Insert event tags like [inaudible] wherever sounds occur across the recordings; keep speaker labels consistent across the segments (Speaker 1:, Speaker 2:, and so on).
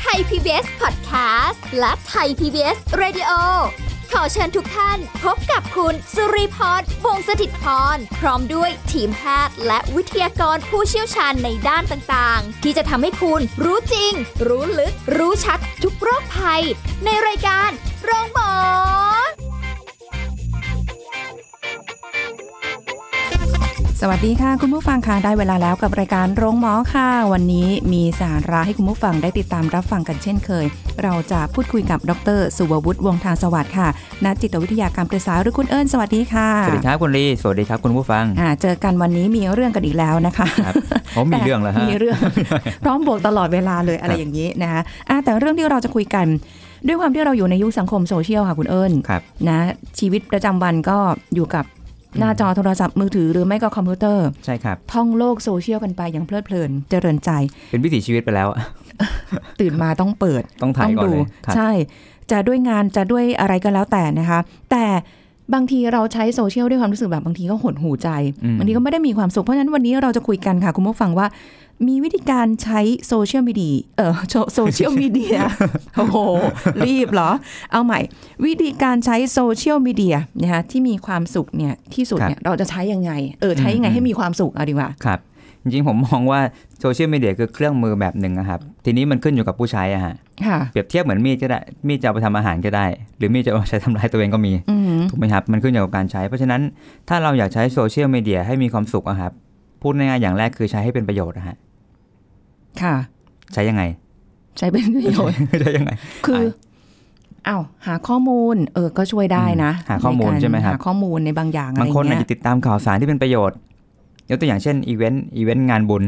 Speaker 1: ไทย PBS Podcast และไทย PBS Radio ขอเชิญทุกท่านพบกับคุณสุริพรวงศสถิตพร พร้อมด้วยทีมแพทย์และวิทยากรผู้เชี่ยวชาญในด้านต่างๆ ที่จะทำให้คุณรู้จริง รู้ลึก รู้ชัดทุกโรคภัย ในรายการโรงพยาบาล
Speaker 2: สวัสดีค่ะ คุณผู้ฟังค่ะได้เวลาแล้วกับรายการโรงหมอค่ะ วันนี้มีสาระให้คุณผู้ฟังได้ติดตามรับฟังกันเช่นเคย เราจะพูดคุยกับดรสุวัวุฒิวงศ์ทางสวัสดิ์ค่ะนักจิตวิทยาการปรึกษาหรือคุณเอิญสวัสดีค่ะ
Speaker 3: สวัสดีครับคุณลีสวัสดีครับคุณผู้ฟัง
Speaker 2: อ่าเจอกันวันนี้มีเรื่องกันอีกแล้วนะคะ
Speaker 3: ครับผมมีเรื่องแล้วฮะ
Speaker 2: มีเรื่อง พร้อมบวกตลอดเวลาเลยอะไร
Speaker 3: ครับ
Speaker 2: อย่างนี้นะคะอ่าแต่เรื่องที่เราจะคุยกัน ด้วยความที่เราอยู่ในยุคสังคมโซเชียลค่ะคุณเอิญ
Speaker 3: ครับ
Speaker 2: นะชีวิตประจำวันก็อยู่กับหน้าจอโทรศัพท์มือถือหรือไม่ก็คอมพิวเตอร์
Speaker 3: ใช่ครับ
Speaker 2: ท่องโลกโซเชียลกันไปอย่างเพลิดเพลิน เจริญใจ
Speaker 3: เป็นวิถีชีวิตไปแล้ว
Speaker 2: ตื่นมาต้องเปิด
Speaker 3: ต้องถ่า
Speaker 2: ต้อ
Speaker 3: ย
Speaker 2: ง
Speaker 3: ก่อน
Speaker 2: ดู
Speaker 3: เลยครับ
Speaker 2: ใช่ จะด้วยงานจะด้วยอะไรก็แล้วแต่นะคะ แต่บางทีเราใช้โซเชียลด้วยความรู้สึกแบบบางทีก็หดหูใจ
Speaker 3: อืม
Speaker 2: บางทีก็ไม่ได้มีความสุข เพราะฉะนั้นวันนี้เราจะคุยกันค่ะ คุณผู้ฟังว่า มีวิธีการใช้โซเชียลมีเดียเอ [laughs] อโซโซเชียลมีเดี
Speaker 3: [laughs]
Speaker 2: ย โอ้โห รีบเหรอ เอาใหม่ วิธีการใช้โซเชียลมีเดียนะคะที่มีความสุขเนี่ยที่สุดเนี่ยเราจะใช้ยังไง เออใช้ยังไงให้มีความสุขเอาดีกว่า
Speaker 3: ครับ จริงๆผมมองว่าโซเชียลมีเดียคือเครื่องมือแบบหนึ่งอะครับ ทีนี้มันขึ้นอยู่กับผู้ใช้อะฮะ
Speaker 2: ค่ะ
Speaker 3: เปรียบเทียบเหมือนมีดก็ได้ มีดจะเอาไปทำอาหารก็ได้ หรือมีดจะเอาใช้ทำร้ายตัวเองก็มี
Speaker 2: อืม
Speaker 3: ถูกไหมครับ มันขึ้นอยู่กับการใช้ เพราะฉะนั้นถ้าเราอยากใช้โซเชียลมีเดียให้มีความสุขอะครับ พูดง่ายๆอย่างแรกคือใช้ให้เป็นประโยชน์อะฮะ
Speaker 2: ค่ะ
Speaker 3: ใช้ยังไง
Speaker 2: ใช้เป็นประโยชน์
Speaker 3: ใช้ยังไง
Speaker 2: คืออ้าวหาข้อมูล เออ ก็ช่วยได้นะ
Speaker 3: อืมหาข้อมูล
Speaker 2: นกา
Speaker 3: ใช่ไหมครับ
Speaker 2: หาข้อมูลในบางอย่างอะไร
Speaker 3: บางคนอาจ
Speaker 2: เงี้ย
Speaker 3: จะติดตามข่าวสารที่เป็นประโยชน์ ยกตัวอย่างเช่นอีเวนต์ อีเวนต์งานบุญ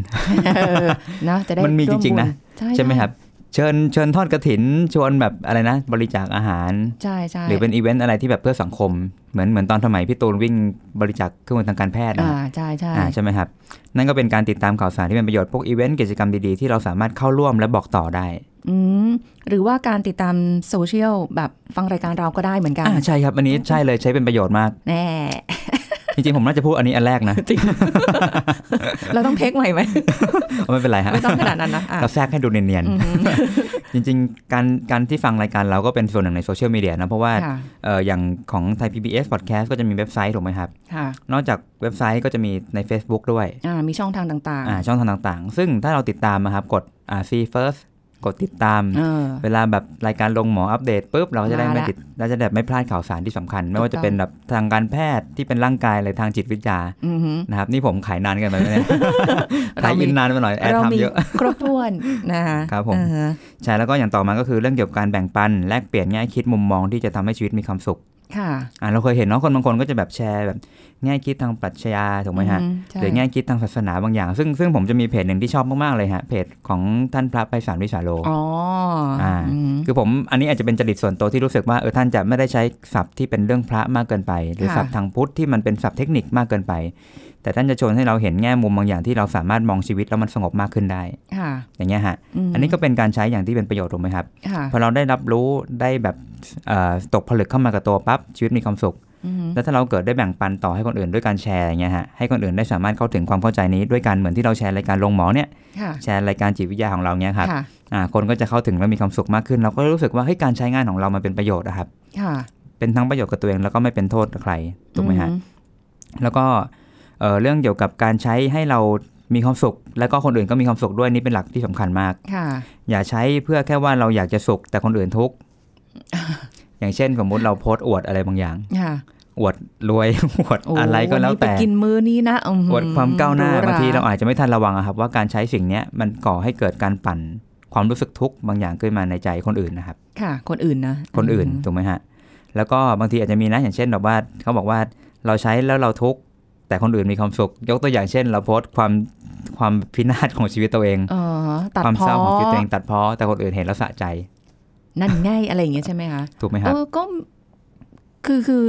Speaker 2: เออนะจะได้
Speaker 3: มันมี
Speaker 2: ว
Speaker 3: จริงๆนะ
Speaker 2: บุญใช่
Speaker 3: ใช่ไหมครับ เชิญเชิญทอดกระถินชวนแบบอะไรนะ บริจาคอาหาร
Speaker 2: ใช่ใช่
Speaker 3: หรือเป็นอีเวนต์อะไรที่แบบเพื่อสังคม เหมือนเหมือนตอนสมัยพี่ตูนวิ่งบริจาคเครื่องมือทางการแพทย์นะ
Speaker 2: อ่า
Speaker 3: ฮะ
Speaker 2: ใช่ใช่
Speaker 3: อ่าใช่ไหมครับ นั่นก็เป็นการติดตามข่าวสารที่เป็นประโยชน์พวกอีเวนต์กิจกรรมดีๆ ที่เราสามารถเข้าร่วมและบอกต่อได้
Speaker 2: อืมหรือว่าการติดตามโซเชียลแบบฟังรายการเราก็ได้เหมือนกัน
Speaker 3: อ่าใช่ครับอันนี้ใช่เลยใช้เป็นประโยชน์มาก
Speaker 2: แน่
Speaker 3: จริงๆผมน่าจะพูดอันนี้อันแรกนะ
Speaker 2: เราต้องเทคใหม่
Speaker 3: [laughs]
Speaker 2: ไหม
Speaker 3: ไม่เป็นไรฮะ
Speaker 2: ไม่ต้องขนาดนั้นนะอ่ะ
Speaker 3: เราแทรกให้ดูเนียน
Speaker 2: อืม
Speaker 3: ๆจริงๆ การการที่ฟังรายการเราก็เป็นส่วนหนึ่งในโซเชียลมีเดียนะเพราะว่า
Speaker 2: ค่ะ
Speaker 3: เอ่ออย่างของไทย PBS Podcast ก็จะมีเว็บไซต์ถูกไหมครับ
Speaker 2: ค่ะ
Speaker 3: นอกจากเว็บไซต์ก็จะมีใน Facebook ด้วย
Speaker 2: อ่ามีช่องทางต่าง
Speaker 3: อ่าช่องทางต่างๆ ซึ่งถ้าเราติดตามนะครับ กดอ่า see first กดติดตาม
Speaker 2: ๆเออ
Speaker 3: เวลาแบบรายการลงหมออัปเดตปุ๊บเราก็จะได้
Speaker 2: มาละ
Speaker 3: ไม่ติดเราจะได้ไม่พลาดข่าวสารที่สำคัญ ไม่ว่า
Speaker 2: ถูกต้อ
Speaker 3: จะ
Speaker 2: ง
Speaker 3: เป็นแบบทางการแพทย์ที่เป็นร่างกายอะไรทางจิตวิทยา
Speaker 2: อือหือ
Speaker 3: นะครับ นี่ผมขายนานเกันไปไหม
Speaker 2: [laughs]
Speaker 3: เนี่ย
Speaker 2: เรามี
Speaker 3: ขายอินนานไปหน่อยแอร์
Speaker 2: เรา
Speaker 3: ทำ
Speaker 2: มี
Speaker 3: เยอะ
Speaker 2: ครบถ้วนนะคะ
Speaker 3: ครับผม
Speaker 2: เออ
Speaker 3: ใช่แล้วก็อย่างต่อมาก็คือเรื่องเกี่ยวกับการแบ่งปันแลกเปลี่ยนแง่คิดมุมมองที่จะทำให้ชีวิตมีความสุข
Speaker 2: ค่ะ
Speaker 3: อ่าเราเคยเห็นเนาะคนบางคนก็จะแบบแชร์แบบแง่คิดทางปรัชญาถูกไหมฮะ
Speaker 2: อืใช่
Speaker 3: หรือแง่คิดทางศาสนาบางอย่าง ซึ่งซึ่งผมจะมีเพจหนึ่งที่ชอบมาก ๆ เลยฮะ เพจของท่านพระไพศาลวิสาโล
Speaker 2: อ๋ออา อืม
Speaker 3: คือผมอันนี้อาจจะเป็นจริตส่วนตัวที่รู้สึกว่าเออท่านจะไม่ได้ใช้ศัพท์ที่เป็นเรื่องพระมากเกินไป หรือ
Speaker 2: ค่ะ
Speaker 3: ศัพท์ทางพุทธที่มันเป็นศัพท์เทคนิคมากเกินไป แต่ท่านจะชวนให้เราเห็นแง่มุมบางอย่างที่เราสามารถมองชีวิตแล้วมันสงบมากขึ้นได้
Speaker 2: ค่ะ
Speaker 3: อย่างเงี้ยฮะ
Speaker 2: ม
Speaker 3: อันนี้ก็เป็นการใช้อย่างที่เป็นประโยชน์ถูกไหมครับ
Speaker 2: ค่ะ
Speaker 3: พอเราได้รับรู้ได้แบบเอ่อตกผลึกเข้ามากับตัวปั๊บชีวิตมีความสุข
Speaker 2: อือหือ
Speaker 3: แล้วถ้าเราเกิดได้แบ่งปันต่อให้คนอื่นด้วยการแชร์อย่างเงี้ยฮะให้คนอื่นได้สามารถเข้าถึงความเข้าใจนี้ด้วยการเหมือนที่เราแชร์รายการลงหมอเนี่ย
Speaker 2: ค่ะ
Speaker 3: แชร์รายการจิตวิทยาของเราเนี้ยครับ
Speaker 2: ค่ะ
Speaker 3: อ่าคนก็จะเข้าถึงและมีความสุขมากขึ้น เราก็รู้สึกว่าเฮ้ยการใช้งานของเรามันเป็นประโยชน์อะครับ
Speaker 2: ค่ะ
Speaker 3: เป็นทั้งประโยชน์กับตัวเองแล้วก็ไม่เป็นโทษกับใครถูกไหมฮะแล้วก็เอ่อเรื่องเกี่ยวกับการใช้ให้เรามีความสุข แล้วก็คนอื่นก็มีความสุขด้วยนี่เป็นหลักที่สำคัญมาก
Speaker 2: ค่ะ
Speaker 3: อย่าใช้เพื่อแค่ว่าเราอยากจะสุขแต่คนอื่น
Speaker 2: [laughs]
Speaker 3: ทุกข์ อย่างเช่นสมมติเราโพสต์อวดอะไรบางอย่าง
Speaker 2: ค่ะ
Speaker 3: อวดรวย [laughs] อวด
Speaker 2: โอ้
Speaker 3: อะไรก็แล้ว
Speaker 2: นนี้ไป
Speaker 3: แต่
Speaker 2: กินมื้อนี้นะอื้อหื
Speaker 3: อวดความก้าวหน้า
Speaker 2: ดูะ
Speaker 3: บางทีเราอาจจะไม่ทันระวังอะครับว่าการใช้สิ่งเนี้ยมันก่อให้เกิดการปั่นความรู้สึกทุกข์บางอย่างขึ้นมาในใจคนอื่นนะครับ
Speaker 2: ค่ะ คนอื่นนะ
Speaker 3: คนอื่น
Speaker 2: ม
Speaker 3: ถูกไหมฮะแล้วก็บางทีอาจจะมีนะอย่างเช่นแบบว่าเขาบอกว่าเราใช้แล้วเราทุกข์แต่คนอื่นมีความสุข ยกตัวอย่างเช่น เราโพสต์ความความพินาศของชีวิตตัวเอง
Speaker 2: เออตัด
Speaker 3: ความ
Speaker 2: พอ
Speaker 3: เศร้าของชีวิตตัวเองตัดเพอแต่คนอื่นเห็นแล้วสะใจ
Speaker 2: นั่นไง่ายอะไรอย่างเงี้ยใช่ไหมคะ
Speaker 3: ถูกไหมค
Speaker 2: เอ
Speaker 3: รับ
Speaker 2: อก็คือคือ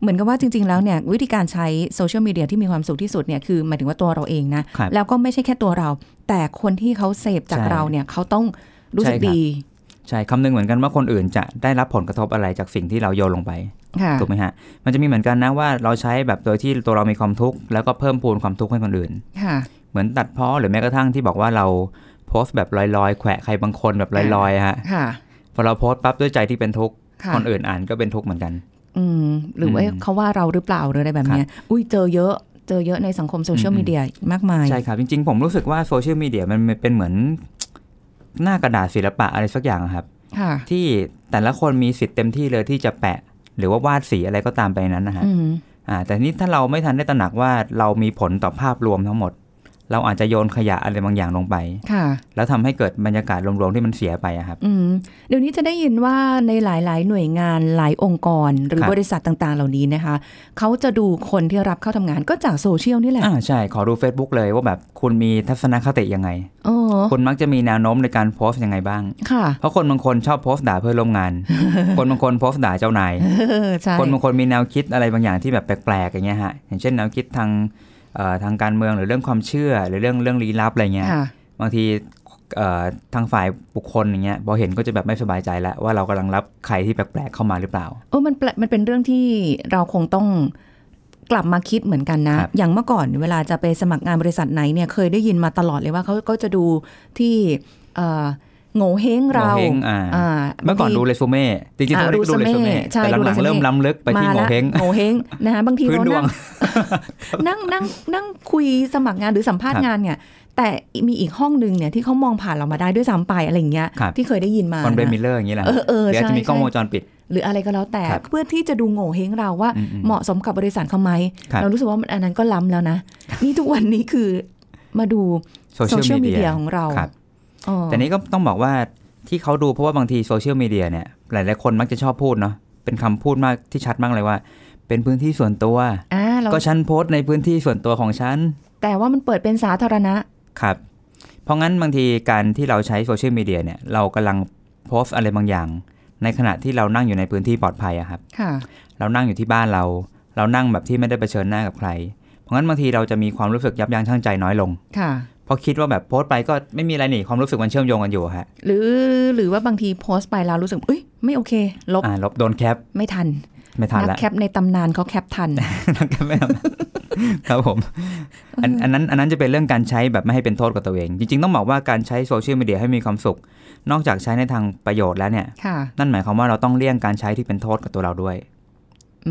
Speaker 2: เหมือนกับว่าจริง ๆ แล้วเนี่ย วิธีการใช้โซเชียลมีเดียที่มีความสุขที่สุดเนี่ยคือหมายถึงว่าตัวเราเองนะ
Speaker 3: ครับ
Speaker 2: แล้วก็ไม่ใช่แค่ตัวเรา แต่คนที่เขาเสพจาก
Speaker 3: ใช่
Speaker 2: เราเนี่ยเขาต้องรู้สึก
Speaker 3: ใช่ครับ
Speaker 2: ดี
Speaker 3: ใช่คำนึงเหมือนกันว่าคนอื่นจะได้รับผลกระทบอะไรจากสิ่งที่เราโยนลงไป
Speaker 2: ค่ะ
Speaker 3: ถูกไหมฮะ มันจะมีเหมือนกันนะว่าเราใช้แบบโดยที่ตัวเรามีความทุกข์แล้วก็เพิ่มพูนความทุกข์ให้คนอื่น
Speaker 2: ค่ะ
Speaker 3: เหมือนตัดเพ้อหรือแม้กระทั่งที่บอกว่าเราโพสต์แบบลอยๆ แขวะใครบางคนแบบลอยๆฮะ
Speaker 2: ค่ะ
Speaker 3: พอเราโพสต์ปั๊บด้วยใจที่เป็นทุกข์
Speaker 2: ค่ะ
Speaker 3: คนอื่นอ่านก็เป็นทุกข์เหมือนกัน
Speaker 2: อืม หรือว่า
Speaker 3: อืม
Speaker 2: เขาว่าเราหรือเปล่าหรืออะไรแบบเนี้ย อุ้ยเจอเยอะ เจอเยอะในสังคมโซเชียล
Speaker 3: อืม
Speaker 2: มีเดียมากมาย
Speaker 3: ใช่ครับ จริงๆ ผมรู้สึกว่าโซเชียลมีเดียมันเป็นเหมือน หน้ากระดาษศิลปะอะไรสักอย่างอะครับ
Speaker 2: ค่ะ
Speaker 3: ที่แต่ละคนมีสิทธิ์เต็มที่เลยที่จะแปะ หรือว่าวาดสีอะไรก็ตามไปนั้นนะฮะ
Speaker 2: อืม
Speaker 3: อ่าแต่ทีนี้ถ้าเราไม่ทันได้ตระหนักว่าเรามีผลต่อภาพรวมทั้งหมด เราอาจจะโยนขยะอะไรบางอย่างลงไป
Speaker 2: ค่ะ
Speaker 3: แล้วทำให้เกิดบรรยากาศรวมๆที่มันเสียไปอะครับ
Speaker 2: อืม เดี๋ยวนี้จะได้ยินว่าในหลาย ๆ หน่วยงานหลายองค์กร หรือ
Speaker 3: ครับ
Speaker 2: บริษัทต่าง ๆ เหล่านี้นะคะ เขาจะดูคนที่รับเข้าทำงานก็จากโซเชียลนี่แหละ
Speaker 3: อ่าใช่ขอดู Facebook เลยว่าแบบคุณมีทัศนคติยังไง
Speaker 2: โอ้
Speaker 3: คุณมักจะมีแนวโน้มในการโพสต์ยังไงบ้าง
Speaker 2: ค่ะ [laughs]
Speaker 3: เพราะคนบางคนชอบโพสต์ด่าเพื่อนร่วมงาน คนบางคนโพสต์ด่าเจ้านาย
Speaker 2: เออ ใช่
Speaker 3: คนบางคนมีแนวคิดอะไรบางอย่างที่แบบแปลกๆอย่างเงี้ยฮะอย่างเช่นแนวคิดทางเอ่อทางการเมืองหรือเรื่องความเชื่อหรือเรื่องเรื่องลี้ลับอะไรเงี้ย
Speaker 2: ค่ะ
Speaker 3: บางทีเอ่อทางฝ่ายบุคคลอย่างเงี้ยพอเห็นก็จะแบบไม่สบายใจแล้ว ว่าเรากำลังรับใครที่แปลกๆเข้ามาหรือเปล่า
Speaker 2: โอ้มันแปลมันเป็นเรื่องที่เราคงต้องกลับมาคิดเหมือนกันนะ
Speaker 3: ครับ
Speaker 2: อย่างเมื่อก่อนเวลาจะไปสมัครงานบริษัทไหนเนี่ยเคยได้ยินมาตลอดเลยว่าเขาก็จะดูที่เอ่อโง่เฮงเรา
Speaker 3: โง่เห้งอ่า
Speaker 2: อ่า
Speaker 3: เมื่อก่อน
Speaker 2: บางที
Speaker 3: ดูเรซูเม่จริงๆ
Speaker 2: อ่า
Speaker 3: เราได้ดู
Speaker 2: ดู
Speaker 3: เรซูเม่
Speaker 2: ใช่
Speaker 3: แต่หลั
Speaker 2: ดู
Speaker 3: ง
Speaker 2: เรซูเม่
Speaker 3: ๆเริ่มล้ำลึกไปที่
Speaker 2: มา
Speaker 3: โง
Speaker 2: ละ
Speaker 3: เฮง
Speaker 2: โง่เฮงนะคะบางที
Speaker 3: พื้น
Speaker 2: เรา
Speaker 3: ดว
Speaker 2: นั่
Speaker 3: ง
Speaker 2: งนั่งนั่งนั่งคุยสมัครงานหรือสัมภาษ
Speaker 3: ครั
Speaker 2: ณ์
Speaker 3: บ
Speaker 2: งานเนี่ย แต่มีอีกห้องหนึ่งเนี่ยที่เขามองผ่านเรามาได้ด้วยซ้ำไปอะไรอย่างเงี้ย
Speaker 3: ครับ
Speaker 2: ที่เคยได้ยินมา
Speaker 3: คอนเบร
Speaker 2: นะ
Speaker 3: มิลเลอร์อย่างเงี้ยแหละ
Speaker 2: เออเออ
Speaker 3: หรือาจจะมี
Speaker 2: ใช่
Speaker 3: กล้องวงจรปิด
Speaker 2: หรืออะไรก็แล้วแต่
Speaker 3: ครับ
Speaker 2: เพื่อที่จะดูโง่เฮงเราว่า
Speaker 3: อืมอืม
Speaker 2: เหมาะสมกับบริษัทเขาไหม
Speaker 3: ครับ
Speaker 2: เรารู้สึกว่ามันอันนั้นก็ล้ำแล้วนะ นี่ทุกวันนี้คือมาดู
Speaker 3: โซเชียลมีเดีย
Speaker 2: ของเรา
Speaker 3: ครับ
Speaker 2: อ๋อ
Speaker 3: แต่นี้ก็ต้องบอกว่าที่เขาดูเพราะว่าบางทีโซเชียลมีเดียเนี่ยหลายๆคนมักจะชอบพูดเนาะเป็นคำพูดมากที่ชัดมากเลยว่า เป็นพื้นที่ส่วนตัว
Speaker 2: อ่าเรา
Speaker 3: ก็ฉันโพสต์ในพื้นที่ส่วนตัวของฉัน
Speaker 2: แต่ว่ามันเปิดเป็นสาธารณะ
Speaker 3: ครับ เพราะงั้นบางทีการที่เราใช้โซเชียลมีเดียเนี่ย เรากำลังโพสต์อะไรบางอย่าง ในขณะที่เรานั่งอยู่ในพื้นที่ปลอดภัยอะครับ
Speaker 2: ค่ะ
Speaker 3: เรานั่งอยู่ที่บ้านเรา เรานั่งแบบที่ไม่ได้เผชิญหน้ากับใคร เพราะงั้นบางทีเราจะมีความรู้สึกยับยั้งชั่งใจน้อยลง
Speaker 2: ค่ะ
Speaker 3: เพราะคิดว่าแบบโพสต์ไปก็ไม่มีอะไรนี่ความรู้สึกมันเชื่อมโยงกันอยู่อะฮะ
Speaker 2: หรือหรือว่าบางทีโพสต์ไปแล้วรู้สึกเอ้ยไม่โอเค ลบ
Speaker 3: อ่าลบโดนแคป
Speaker 2: ไม่ทัน
Speaker 3: ไม่ทัน
Speaker 2: นั
Speaker 3: ละ
Speaker 2: แคปในตำนานเขาแคปทั
Speaker 3: [laughs]
Speaker 2: น
Speaker 3: นักแคปไม่ทันละครับผมอันอันนั้นอันนั้นจะเป็นเรื่องการใช้แบบไม่ให้เป็นโทษกับตัวเอง จริง ๆ ต้องบอกว่าการใช้โซเชียลมีเดียให้มีความสุข นอกจากใช้ในทางประโยชน์แล้วเนี่ย
Speaker 2: ค่ะ
Speaker 3: นั่นหมายความว่าเราต้องเลี่ยงการใช้ที่เป็นโทษกับตัวเราด้วย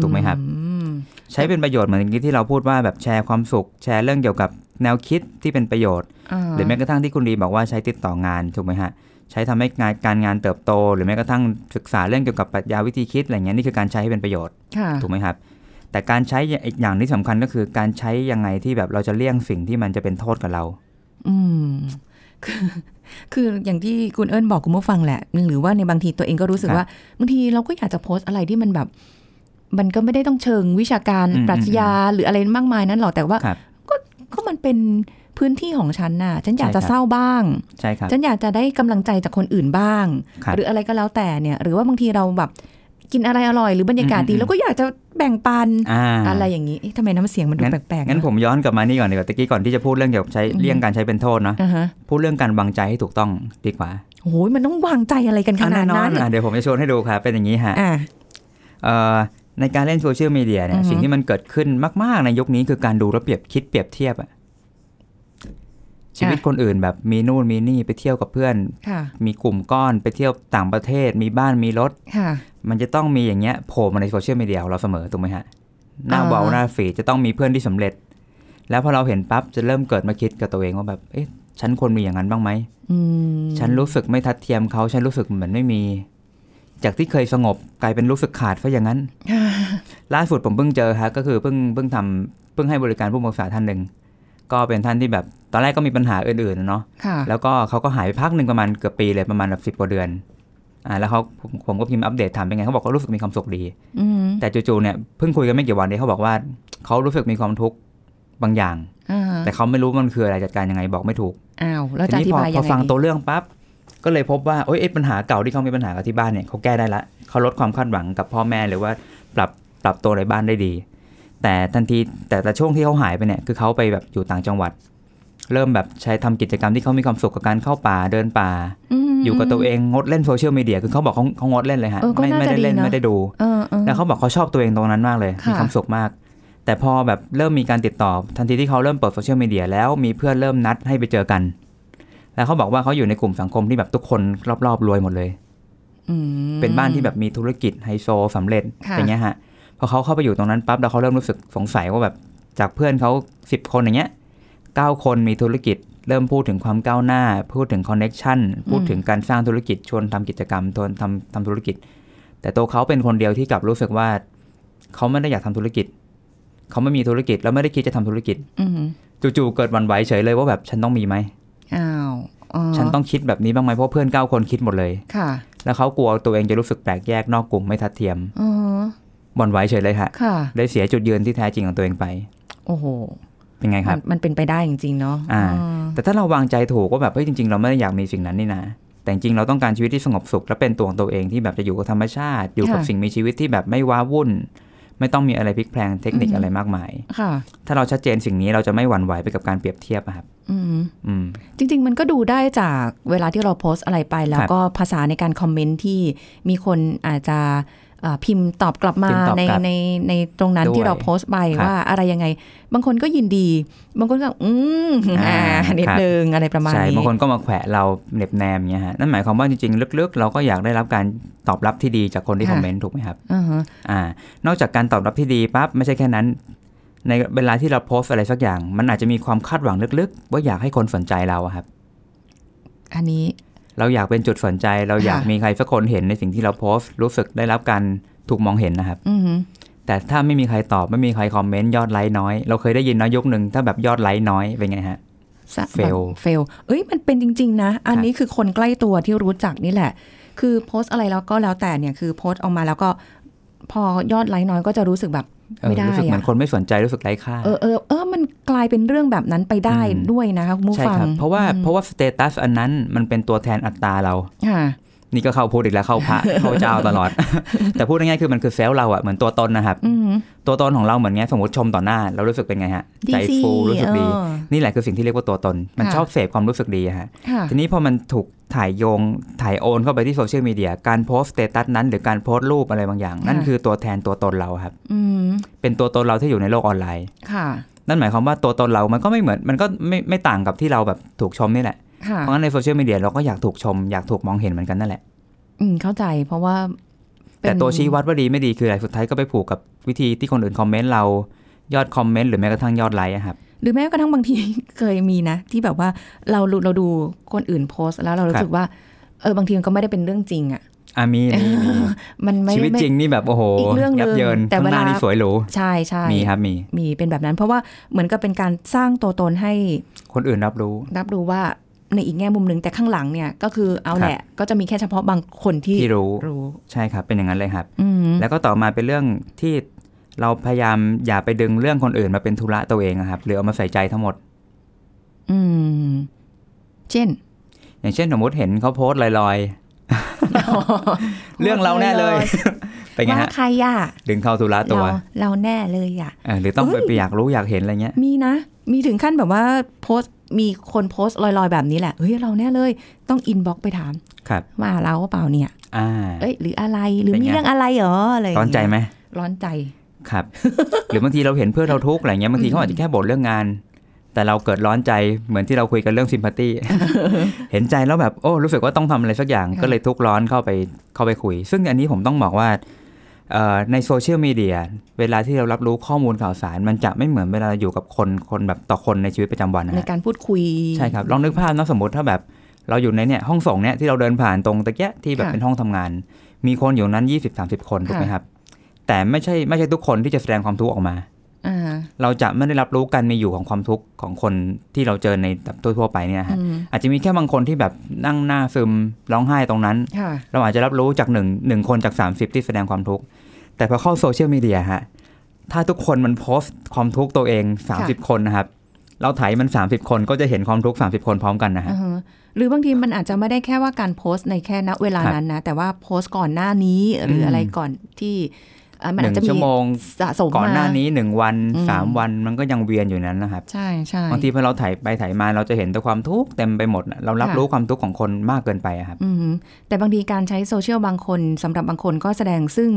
Speaker 3: ถูกไหมครับ
Speaker 2: อืม
Speaker 3: ใช้เป็นประโยชน์เหมือนที่เราพูดว่าแบบแชร์ความสุข แชร์เรื่องเกี่ยวกับแนวคิดที่เป็นประโยชน์
Speaker 2: า
Speaker 3: หรือแม้กระทั่งที่คุณดีบอกว่าใช้ติดต่องานถูกไหมฮะใช้ทำให้งานการงานเติบโต หรือแม้กระทั่งศึกษาเรื่องเกี่ยวกับปรัชญาวิธีคิดอะไรเงี้ยนี่คือการใช้ให้เป็นประโยชน์
Speaker 2: ค่ะ
Speaker 3: ถูกไหมครับ แต่การใช้อีกอย่างที่สำคัญก็คือการใช้ยังไงที่แบบเราจะเลี่ยงสิ่งที่มันจะเป็นโทษกับเรา
Speaker 2: อืม [laughs] คือคืออย่างที่คุณเอิญบอกคุณผู้ฟังแหละ หรือว่าในบางทีตัวเองก็รู้สึก
Speaker 3: ครับ
Speaker 2: ว่าบางทีเราก็อยากจะโพสต์อะไรที่มันแบบ มันก็ไม่ได้ต้องเชิงวิชาการ
Speaker 3: อืม
Speaker 2: ปรัชญาหรืออะไรมากมายนั้นหรอกแต่ว่า
Speaker 3: ครับ
Speaker 2: ก็ก็มันเป็นพื้นที่ของฉันน่ะ ฉันอยาก
Speaker 3: ใช่
Speaker 2: จะ
Speaker 3: ครับ
Speaker 2: เศร้าบ้าง
Speaker 3: ใช่ครับ
Speaker 2: ฉันอยากจะได้กำลังใจจากคนอื่นบ้าง
Speaker 3: ครับ
Speaker 2: หรืออะไรก็แล้วแต่เนี่ย หรือว่าบางทีเราแบบกินอะไรอร่อยหรือบรรยากาศ
Speaker 3: อืมอืม
Speaker 2: ดีแล้วก็อยากจะแบ่งปัน
Speaker 3: อ่า
Speaker 2: อะไรอย่างนี้เอ๊ะทำไมน้ำเสียงมันดู
Speaker 3: งั้น
Speaker 2: แปลกๆ
Speaker 3: งั้นผมย้อนกลับมานี่ก่อนดีกว่าตะกี้ก่อนที่จะพูดเรื่องเกี่ยวกับใช้เลี่ยงการใช้เป็นโทษเนาะ
Speaker 2: อ่าฮะ
Speaker 3: พูดเรื่องการวางใจให้ถูกต้องดีกว่า
Speaker 2: โอ้ยมันต้องวางใจอะไรกันขนาด
Speaker 3: อ่ะแอ
Speaker 2: นั้น
Speaker 3: อ่ะเดี๋ยวผมจะชวนให้ดูครับ เป็นอย่างนี้ฮะ
Speaker 2: อ่ะ
Speaker 3: เอ่อในการเล่นโซเชียลมีเดียเนี่
Speaker 2: อื
Speaker 3: ย
Speaker 2: อฮึ
Speaker 3: สิ่งที่มันเกิดขึ้นมาก ๆ ในยุคนี้คือการดูและเปรียบคิดเปรียบเทียบอะชีวิตคนอื่นแบบมีนู่นมีนี่ไปเที่ยวกับเพื่อน
Speaker 2: ค่ะ
Speaker 3: มีกลุ่มก้อนไปเที่ยวต่างประเทศ มีบ้านมีรถ
Speaker 2: ค่ะ
Speaker 3: มันจะต้องมีอย่างเงี้ยโผล่มาในโซเชียลมีเดียของเราเสมอถูกไหมฮะ หน้า
Speaker 2: อ่า
Speaker 3: เวาหน้าฝีดจะต้องมีเพื่อนที่สำเร็จ แล้วพอเราเห็นปั๊บจะเริ่มเกิดมาคิดกับตัวเองว่าแบบเอ๊ะฉันควรมีอย่างนั้นบ้างไหม
Speaker 2: อืม
Speaker 3: ฉันรู้สึกไม่ทัดเทียมเขา ฉันรู้สึกเหมือนไม่มี จากที่เคยสงบกลายเป็นรู้สึกขาดซะอย่างนั้น
Speaker 2: ค่ะ
Speaker 3: ล่าสุดผมเพิ่งเจอฮะก็คือเพิ่งเพิ่งทำเพิ่งให้บริการผู้ปรึกษาท่านหนึ่ง ก็เป็นท่านที่แบบตอนแรกก็มีปัญหาอื่นๆนะเนาะ
Speaker 2: ค่ะ
Speaker 3: แล้วก็เขาก็หายไปพักหนึ่งประมาณเกือบปีเลยประมาณแบบสิบ10กว่าเดือนอ่าแล้วเขาผมผมก็พิมพ์อัปเดตถามเป็นไงเขาบอกเขารู้สึกมีความสุขดี
Speaker 2: อืม
Speaker 3: แต่จู่ๆเนี่ยเพิ่งคุยกันไม่กี่วันเองเขาบอกว่าเขารู้สึกมีความทุกข์บางอย่าง
Speaker 2: อ่า
Speaker 3: แต่เขาไม่รู้มันคืออะไรจัดการยังไงบอกไม่ถูก
Speaker 2: อ้าวแล้ว
Speaker 3: ที
Speaker 2: จะอ
Speaker 3: นี้พอบ
Speaker 2: ธิาย
Speaker 3: พ
Speaker 2: ยั
Speaker 3: อง
Speaker 2: ไง
Speaker 3: ฟัง
Speaker 2: ดี
Speaker 3: ตัวเรื่องปั๊บก็เลยพบว่าโอ๊ยไอ้ปัญหาเก่าที่เขามีปัญหากับที่บ้านเนี่ยเขาแก้ได้ละเขาลดความคาดหวังกับพ่อแม่หรือว่าปรับปรับตัวในบ้านได้ดี แต่ทันทีแต่แต่ช่วงที่เขาหายไปเนี่ยคือเขาไปแบบอยู่ต่างจังหวัด เริ่มแบบใช้ทำกิจกรรมที่เขามีความสุขกับการเข้าป่าเดินป่า
Speaker 2: ม
Speaker 3: อยู่กับตัวเองงดเล่นโซเชียลมีเดียคือเขาบอกเขาเขางดเล่นเลยฮะ
Speaker 2: เออก็
Speaker 3: ไม่
Speaker 2: น่า
Speaker 3: ไม่
Speaker 2: จะ
Speaker 3: ได้เล่น
Speaker 2: ดีนะ
Speaker 3: ไม่ได้ดู
Speaker 2: เออเออ
Speaker 3: แล้วเขาบอกเขาชอบตัวเองตรงนั้นมากเลย
Speaker 2: ค่ะ
Speaker 3: มีความสุขมาก แต่พอแบบเริ่มมีการติดต่อทันทีที่เขาเริ่มเปิดโซเชียลมีเดียแล้วมีเพื่อนเริ่มนัดให้ไปเจอกัน แล้วเขาบอกว่าเขาอยู่ในกลุ่มสังคมที่แบบทุกคนรอบๆรวยหมดเลย
Speaker 2: อืม
Speaker 3: เป็นบ้านที่แบบมีธุรกิจไฮโซสำเร็จ
Speaker 2: ค่ะ
Speaker 3: อย่างเงี้ยฮะพอเขาเข้าไปอยู่ตรงนั้นปั๊บแล้วเขาเริ่มรู้สึกสงสัยว่าแบบจากเพื่อนเขาสิบคนอย่างเงี้ยเก้าคนมีธุรกิจ เริ่มพูดถึงความก้าวหน้า พูดถึงคอนเน็ชันพูดถึงการสร้างธุรกิจชวนทำกิจกรรมชวนทำทำธุรกิจ แต่ตัวเขาเป็นคนเดียวที่กลับรู้สึกว่าเขาไม่ได้อยากทำธุรกิจ เขาไม่มีธุรกิจแล้วไม่ได้คิดจะทำธุรกิจ
Speaker 2: อืม
Speaker 3: จู่ๆเกิดหวันไหวเฉยเลยว่าแบบฉันต้องมีไหม
Speaker 2: อ้าวอ๋อ
Speaker 3: ฉันต้องคิดแบบนี้บ้างไหมเพราะเพื่อนเก้าคนคิดหมดเลย
Speaker 2: ค่ะ
Speaker 3: แล้วเขากลัวตัวเองจะรู้สึกแปลกแยกนอกกลุ่มไม่ทัดเทียม
Speaker 2: อ๋อ
Speaker 3: บ่อนไหวเฉยเลยฮะ
Speaker 2: ค่ะ
Speaker 3: ได้เสียจุดยืนที่แท้จริงของตัวเองไป
Speaker 2: โอ้โห
Speaker 3: เป็นไงค
Speaker 2: มั
Speaker 3: รั
Speaker 2: น
Speaker 3: บ
Speaker 2: มันเป็นไปได้จริงๆเนาะ
Speaker 3: อ่า
Speaker 2: อืม
Speaker 3: แต่ถ้าเราวางใจถูกว่าแบบเฮ้ยจริงๆ เราไม่ได้อยากมีสิ่งนั้นนี่นะ แต่จริงๆเราต้องการชีวิตที่สงบสุข และเป็นตัวของตัวเองที่แบบจะอยู่กับธรรมชาติ อยู่กับสิ่งมีชีวิตที่แบบไม่ว้าวุ่น ไม่ต้องมีอะไรพลิกแพลงเทคนิคอะไรมากมาย
Speaker 2: ค่ะ
Speaker 3: ถ้าเราชัดเจนสิ่งนี้เราจะไม่หวั่นไหวไปกับการเปรียบเทียบอะครับ
Speaker 2: อืม
Speaker 3: อืม
Speaker 2: จริง ๆ มันก็ดูได้จากเวลาที่เราโพสต์อะไรไป แล้ว
Speaker 3: ครับ
Speaker 2: ก็ภาษาในการคอมเมนต์ที่มีคนอาจจะเอ่อพิมพ์ตอบกลับมา
Speaker 3: พิมพ์ตอบ
Speaker 2: ใน
Speaker 3: กลับ
Speaker 2: ในในตรงนั้น
Speaker 3: ด้วย
Speaker 2: ที่เราโพสต์ไป
Speaker 3: ครับ
Speaker 2: ว่าอะไรยังไง บางคนก็ยินดี บางคนก็อืมอ่า
Speaker 3: อ่าครับ
Speaker 2: [laughs] นิดนึงอะไรประมาณ
Speaker 3: ใช่
Speaker 2: นี้
Speaker 3: บางคนก็มาแขวะเราเหน็บแนมอย่างเงี้ยฮะนั่นหมายความว่าจริงๆลึกๆ เราก็อยากได้รับการตอบรับที่ดีจากคนที่คอมเมนต์ถูกไหมครับ
Speaker 2: อ่าฮะ
Speaker 3: อ่านอกจากการตอบรับที่ดีปั๊บไม่ใช่แค่นั้น ในเวลาที่เราโพสต์อะไรสักอย่าง มันอาจจะมีความคาดหวังลึกๆ ว่าอยากให้คนสนใจเราอะครับ
Speaker 2: อันนี้
Speaker 3: เราอยากเป็นจุดสนใจ เราอยาก
Speaker 2: ค่ะ
Speaker 3: มีใครสักคนเห็นในสิ่งที่เราโพสต์รู้สึกได้รับการถูกมองเห็นนะครับ
Speaker 2: อืม
Speaker 3: แต่ถ้าไม่มีใครตอบไม่มีใครคอมเมนต์ยอดไลค์น้อย เราเคยได้ยินเนาะยุคหนึ่งถ้าแบบยอดไลค์น้อยเป็นไงฮะ
Speaker 2: แบบ
Speaker 3: fail
Speaker 2: fail เอ้ยมันเป็นจริง ๆ นะ อันนี้คือคนใกล้ตัวที่รู้จักนี่แหละ คือโพสต์อะไรแล้วก็แล้วแต่เนี่ยคือโพสต์ออกมาแล้วก็ พอยอดไลค์น้อยก็จะรู้สึกแบบ
Speaker 3: เออ
Speaker 2: ไม่ได้
Speaker 3: รู้สึกเหมื
Speaker 2: อะ
Speaker 3: อนคนไม่สนใจรู้สึกไร้ค่า
Speaker 2: เออเออเออ มันกลายเป็นเรื่องแบบนั้นไปได้
Speaker 3: อืม
Speaker 2: ด้วยนะคะคุณผู้
Speaker 3: ใช่
Speaker 2: ฟัง
Speaker 3: ครับเพราะว่าเพราะว่าสเตตัสอันนั้นมันเป็นตัวแทนอัตราเรา
Speaker 2: ค่ะ
Speaker 3: นี่ก็เข้าพูดอีกแล้วเข้าพระ เข้าเจ้าตลอด [laughs] แต่พูดง่ายๆคือมันคือเซลล์เราอะเหมือนตัวตนนะครับ
Speaker 2: อืม
Speaker 3: ตัวตนของเราเหมือนไงสมมติชมต่อหน้าเรารู้สึกเป็นไงฮะใจ
Speaker 2: สิ
Speaker 3: ฟูรู้สึกดี
Speaker 2: เออ
Speaker 3: นี่แหละคือสิ่งที่เรียกว่าตัวตน มัน
Speaker 2: ค่ะ
Speaker 3: ชอบเสพความรู้สึกดีอะฮะ
Speaker 2: ค่ะ
Speaker 3: ทีนี้พอมันถูกถ่ายโยงถ่ายโอนเข้าไปที่โซเชียลมีเดียการโพสต์สเตตัสนั้น หรือการโพสต์รูปอะไรบางอย่าง
Speaker 2: ค่ะ
Speaker 3: นั่นคือตัวแทนตัวตนเราครับ
Speaker 2: อืม
Speaker 3: เป็นตัวตนเราที่อยู่ในโลกออนไลน์
Speaker 2: ค่ะ
Speaker 3: นั่นหมายความว่าตัวตนเรามันก็ไม่เหมือนมันก็ไม่ไม่ต่างกับที่เราแบบถูกชมนี่แหละ
Speaker 2: ค่ะ
Speaker 3: เพราะงั้นในโซเชียลมีเดียเราก็อยากถูกชมอยากถูกมองเห็นเหมือนกันนั่นแหละ
Speaker 2: อืมเข้าใจเพราะว่าเป็น
Speaker 3: แต่ตัวชี้วัดว่าดีไม่ดีคืออะไรสุดท้ายก็ไปผูกกับวิธีที่คนอื่นคอมเมนต์เรายอดคอมเมนต์หรือแม้กระทั่งยอดไลค์อะครับ
Speaker 2: หรือแม้กระทั่งบางที [laughs] เคยมีนะ ที่แบบว่าเราดูเราดูคนอื่นโพสต์แล้วเรารู้สึกว่าเออบางทีมันก็ไม่ได้เป็นเรื่องจริงอ่ะ
Speaker 3: อ่ะมีมีมี
Speaker 2: มันไม่
Speaker 3: ชีวิต
Speaker 2: ไม่
Speaker 3: จริงนี่แบบโอ้โห
Speaker 2: อีกเรื่องหนึ่ง
Speaker 3: ยับเยิน
Speaker 2: แต่
Speaker 3: ข้างห
Speaker 2: เว
Speaker 3: น้า
Speaker 2: ลานี่
Speaker 3: นี่สวยหรู
Speaker 2: ใช่ใช่
Speaker 3: มีครับมี
Speaker 2: มีเป็นแบบนั้น เพราะว่าเหมือนกับเป็นการสร้างตัวตนให้
Speaker 3: คนอื่นรับรู้
Speaker 2: รับรู้ว่าในอีกแง่มุมหนึ่งแต่ข้างหลังเนี่ยก็คือเอา
Speaker 3: ครับ
Speaker 2: แหละ ก็จะมีแค่เฉพาะบางคนที่
Speaker 3: ที่รู้
Speaker 2: รู้
Speaker 3: ใช่ครับเป็นอย่างนั้นเลยครับ
Speaker 2: อืม
Speaker 3: แล้วก็ต่อมาเป็นเรื่องที่เราพยายามอย่าไปดึงเรื่องคนอื่นมาเป็นธุระตัวเองอะครับหรือเอามาใส่ใจทั้งหมด
Speaker 2: อืม เช่น
Speaker 3: อย่างเช่นสมมติเห็นเขาโพสต์ลอยๆ เรื่องเราแน่เลย
Speaker 2: โพสต์
Speaker 3: เป็นไง
Speaker 2: ว่า
Speaker 3: ฮะ
Speaker 2: ใครอ่ะ
Speaker 3: ดึงเข้าธุระตัว
Speaker 2: เราเราแน่เลยอ่ะ
Speaker 3: เออหรือต้อง
Speaker 2: เอ้
Speaker 3: ไป
Speaker 2: ย
Speaker 3: ไปอยากรู้อยากเห็นอะไรเงี้ย
Speaker 2: มีนะ มีถึงขั้นแบบว่าโพสต์มีคนโพสต์ลอยๆ แบบนี้แหละเฮ้ยเราแน่เลย ต้องอินบ็อกซ์ไปถาม
Speaker 3: ครับ
Speaker 2: ว่าเราเปล่าเนี่ย
Speaker 3: อ่า
Speaker 2: เอ้ยหรืออะไรหรือ
Speaker 3: เป็นไง
Speaker 2: มีเรื่องอะไรเหรออะไรย่าง
Speaker 3: ร้อน
Speaker 2: เงี้ย
Speaker 3: ใจไหม
Speaker 2: ร้อนใจ
Speaker 3: ครับ [laughs] หรือบางทีเราเห็นเพื่อนเราทุกข์อะไรเงี้ยบางทีเขาอาจจะแค่บ่นเรื่องงาน แต่เราเกิดร้อนใจเหมือนที่เราคุยกันเรื่องซิมพัตตี้ เห็นใจแล้วแบบโอ้รู้สึกว่าต้องทำอะไรสักอย่าง
Speaker 2: ค่ะ
Speaker 3: ก็เลยทุกข์ร้อนเข้าไปเข้าไปคุย ซึ่งอันนี้ผมต้องบอกว่าเอ่อในโซเชียลมีเดียเวลาที่เรารับรู้ข้อมูลข่าวสาร มันจะไม่เหมือนเวลาเราอยู่กับคนคนแบบต่อคนในชีวิตประจำวันนะ
Speaker 2: ใน
Speaker 3: ฮะ
Speaker 2: การพูดคุย
Speaker 3: ใช่ครับลองนึกภาพนะสมมติถ้าแบบเราอยู่ในเนี่ยห้องส่งเนี่ยที่เราเดินผ่านตรงตะเกียะที่แบบ
Speaker 2: ค่ะ
Speaker 3: เป็นห้องทำงาน มีคนอยู่นั้น 20-30 คนถูกไหมครับ แต่ไม่ใช่ไม่ใช่ทุกคนที่จะแสดงความทุกข์ออกมา
Speaker 2: อ่า
Speaker 3: เราจะไม่ได้รับรู้การมีอยู่ของความทุกข์ของคนที่เราเจอในแบบทั่วๆไปเนี่ยฮะ
Speaker 2: อืม
Speaker 3: อาจจะมีแค่บางคนที่แบบนั่งหน้าซึมร้องไห้ตรงนั้น
Speaker 2: ค่ะ
Speaker 3: เราอาจจะรับรู้จากหนึ่งหนึ่งคนจาก 30 ที่แสดงความทุกข์ แต่พอเข้าโซเชียลมีเดียฮะถ้าทุกคนมันโพสต์ความทุกข์ตัวเอง 30 คนนะครับ เราถ่ายมัน 30 คนก็จะเห็นความทุกข์ 30 คนพร้อมกันนะฮะ
Speaker 2: อือฮึหรือบางทีมันอาจจะไม่ได้แค่ว่าการโพสต์ในแค่ณเวลานั้นนะ แต่ว่าโพสต์ก่อนหน้านี้หรือ
Speaker 3: ม
Speaker 2: อะไรก่อนที่ อ่ะมัน
Speaker 3: ห
Speaker 2: อา
Speaker 3: นึ่
Speaker 2: จจะ
Speaker 3: ง
Speaker 2: มี
Speaker 3: ชั่วโมง
Speaker 2: สะสม
Speaker 3: ก่อนหน้า
Speaker 2: มา
Speaker 3: นี้หนึ่งวัน
Speaker 2: อืม
Speaker 3: สามวันมันก็ยังเวียนอยู่นั้นนะครับ
Speaker 2: ใช่ใช่
Speaker 3: บางทีพอเราถ่ายไปถ่ายมาเราจะเห็นแต่ความทุกข์เต็มไปหมดน่ะเรารับรู้ความทุกข์ของคนมากเกินไปอะครับ
Speaker 2: อืมแต่บางทีการใช้โซเชียลบางคนสำหรับบางคนก็แสดงซึ่ง